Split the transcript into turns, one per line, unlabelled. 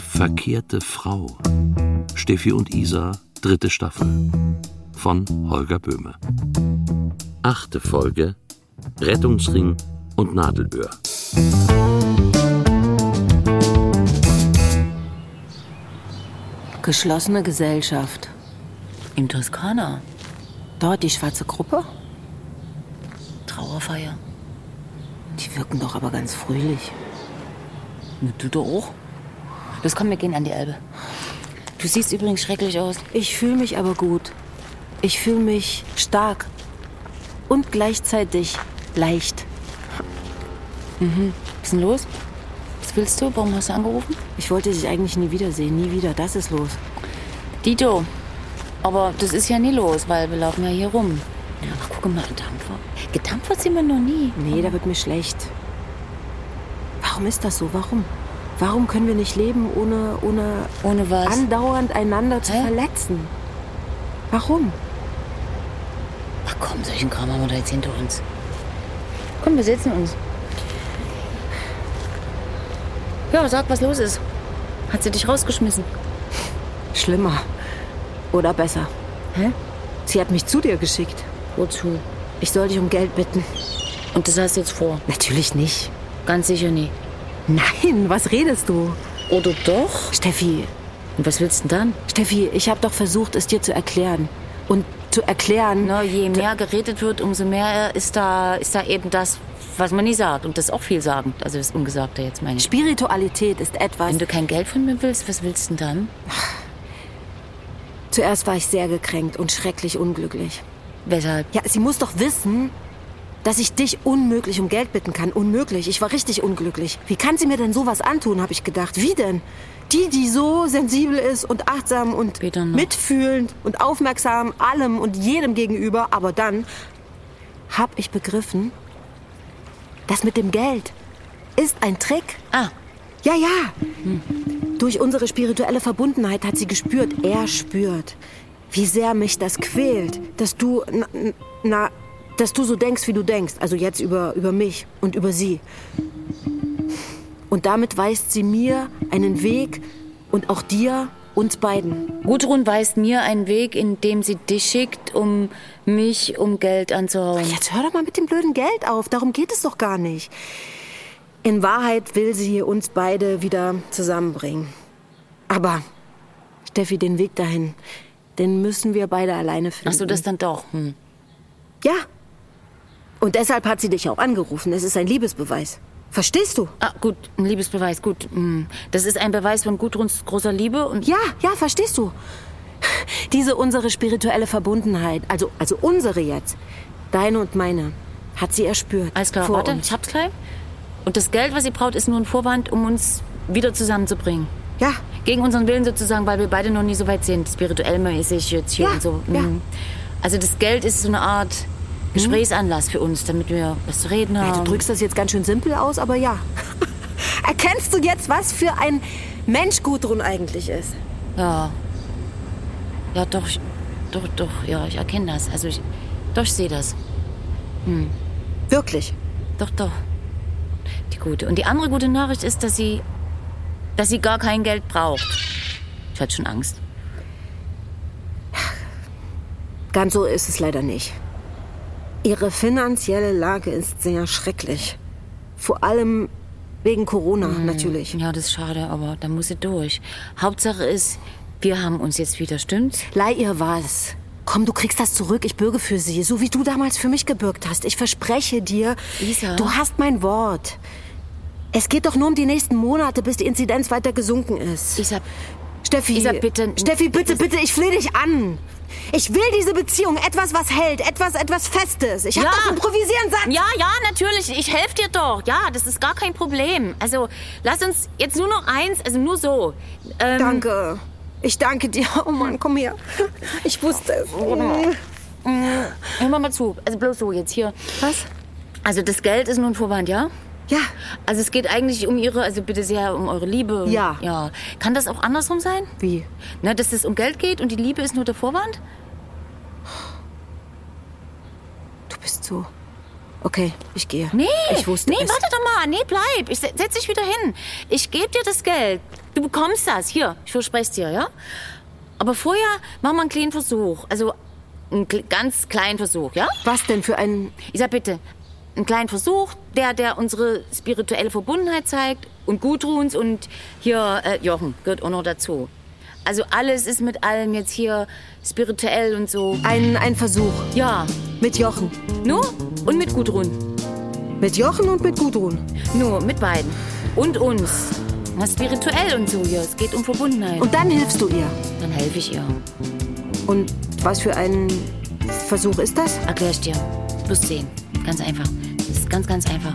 Verkehrte Frau. Steffi und Isa, dritte Staffel. Von Holger Böhme. Achte Folge: Rettungsring und Nadelöhr.
Geschlossene Gesellschaft.
Im Toskana.
Dort die schwarze Gruppe?
Trauerfeier.
Die wirken doch aber ganz fröhlich.
Mit du doch auch. Los, komm, wir gehen an die Elbe. Du siehst übrigens schrecklich aus.
Ich fühle mich aber gut. Ich fühle mich stark. Und gleichzeitig leicht.
Mhm. Was ist denn los? Was willst du? Warum hast du angerufen?
Ich wollte dich eigentlich nie wiedersehen. Nie wieder. Das ist los.
Dito. Aber das ist ja nie los, weil wir laufen ja hier rum. Ach, guck mal, ein Dampfer. Gedampfert sind wir noch nie.
Nee, da wird mir schlecht. Warum ist das so? Warum? Warum können wir nicht leben, ohne, ohne
Ohne was?
andauernd einander zu
Hä?
verletzen? Warum?
Ach komm, solchen Kram haben wir da jetzt hinter uns. Komm, wir setzen uns. Ja, sag, was los ist. Hat sie dich rausgeschmissen?
Schlimmer. Oder besser.
Hä?
Sie hat mich zu dir geschickt.
Wozu?
Ich soll dich um Geld bitten.
Und das hast du jetzt vor?
Natürlich nicht.
Ganz sicher nie.
Nein, was redest du?
Oder doch?
Steffi,
Und was willst du denn dann?
Steffi, ich habe doch versucht, es dir zu erklären. Und zu erklären,
Na, je mehr geredet wird, umso mehr ist da, ist da eben das, was man nie sagt. Und das ist auch viel sagend. Also das Ungesagte jetzt meine ich.
Spiritualität ist etwas.
Wenn du kein Geld von mir willst, was willst du denn dann?
Zuerst war ich sehr gekränkt und schrecklich unglücklich.
Weshalb?
Ja, sie muss doch wissen, dass ich dich unmöglich um Geld bitten kann. Unmöglich. Ich war richtig unglücklich. Wie kann sie mir denn sowas antun, habe ich gedacht. Wie denn? Die, die so sensibel ist und achtsam und
Weder noch.
mitfühlend und aufmerksam allem und jedem gegenüber. Aber dann habe ich begriffen, das mit dem Geld ist ein Trick.
Ah,
Ja, ja. Durch unsere spirituelle Verbundenheit hat sie gespürt, er spürt, wie sehr mich das quält, dass du, na, na dass du so denkst, wie du denkst. Also jetzt über, über mich und über sie. Und damit weist sie mir einen Weg und auch dir, uns beiden.
Gudrun weist mir einen Weg, in dem sie dich schickt, um mich um Geld anzuhauen.
Jetzt hör doch mal mit dem blöden Geld auf. Darum geht es doch gar nicht. In Wahrheit will sie uns beide wieder zusammenbringen. Aber, Steffi, den Weg dahin, den müssen wir beide alleine finden.
Ach so, das dann doch. Hm.
Ja. Und deshalb hat sie dich auch angerufen. Es ist ein Liebesbeweis. Verstehst du?
Ah, gut, ein Liebesbeweis, gut. hm. Das ist ein Beweis von Gudruns großer Liebe und
Ja, ja, verstehst du? Diese unsere spirituelle Verbundenheit, also, also unsere jetzt, deine und meine, hat sie erspürt.
Alles klar,
vor
warte,
uns.
ich hab's gleich. Und das Geld, was ihr braucht, ist nur ein Vorwand, um uns wieder zusammenzubringen.
Ja,
Gegen unseren Willen sozusagen, weil wir beide noch nie so weit sind, spirituell mäßig jetzt hier
Ja,
und so.
ja.
Mhm. Also das Geld ist so eine Art Gesprächsanlass für uns, damit wir was zu reden
ja,
haben.
du drückst das jetzt ganz schön simpel aus, aber ja. Erkennst du jetzt, was für ein Mensch Gudrun eigentlich ist?
Ja. Ja, doch, ich- doch, doch, ja, ich erkenne das. Also ich, doch, ich sehe das.
Wirklich.
Doch, doch. Die gute. Und die andere gute Nachricht ist, dass sie, dass sie gar kein Geld braucht. Ich hatte schon Angst.
Ganz so ist es leider nicht. Ihre finanzielle Lage ist sehr schrecklich. Vor allem wegen Corona natürlich.
Ja, das ist schade, aber da muss sie durch. Hauptsache ist, wir haben uns jetzt wieder, stimmt's?
Leih ihr was. Komm, du kriegst das zurück. Ich bürge für sie, so wie du damals für mich gebürgt hast. Ich verspreche dir,
Isa.
du hast mein Wort. Es geht doch nur um die nächsten Monate, bis die Inzidenz weiter gesunken ist.
Ich sag,
Steffi,
Isa, bitte-
Steffi, bitte, bitte, ich flehe dich an. Ich will diese Beziehung, etwas, was hält, etwas, etwas Festes. Ich hab
Ja.
das Improvisieren satt.
ja, ja, natürlich, ich helfe dir doch. Ja, das ist gar kein Problem. Also, lass uns jetzt nur noch eins, also nur so. Ähm,
Danke. Ich danke dir. Oh Mann, komm her. Ich wusste es.
Hör mal mal zu. Also bloß so jetzt hier.
Was?
Also das Geld ist nun Vorwand, ja?
Ja.
Also es geht eigentlich um ihre, also bitte sehr um eure Liebe.
Ja.
Ja. Kann das auch andersrum sein?
Wie?
Na, dass es um Geld geht und die Liebe ist nur der Vorwand?
Du bist so. Okay, ich gehe.
Nee.
Ich wusste
Nee,
es.
warte doch mal. Nee, bleib. Ich se- setz dich wieder hin. Ich gebe dir das Geld. Du bekommst das. Hier, ich verspreche es dir, ja? Aber vorher machen wir einen kleinen Versuch. Also einen kle- ganz kleinen Versuch, ja?
Was denn für ein...
Ich sag bitte, einen kleinen Versuch, der, der unsere spirituelle Verbundenheit zeigt und Gudruns und hier äh, Jochen gehört auch noch dazu. Also alles ist mit allem jetzt hier spirituell und so.
Ein, ein Versuch.
Ja,
Mit Jochen.
nur und mit Gudrun.
Mit Jochen und mit Gudrun.
Nur mit beiden. Und uns. Na, spirituell und so hier. Es geht um Verbundenheit.
Und dann hilfst du ihr.
dann helfe ich ihr.
Und was für ein Versuch ist das?
Erklär ich dir. Du wirst sehen. Ganz einfach. Das ist ganz, ganz einfach.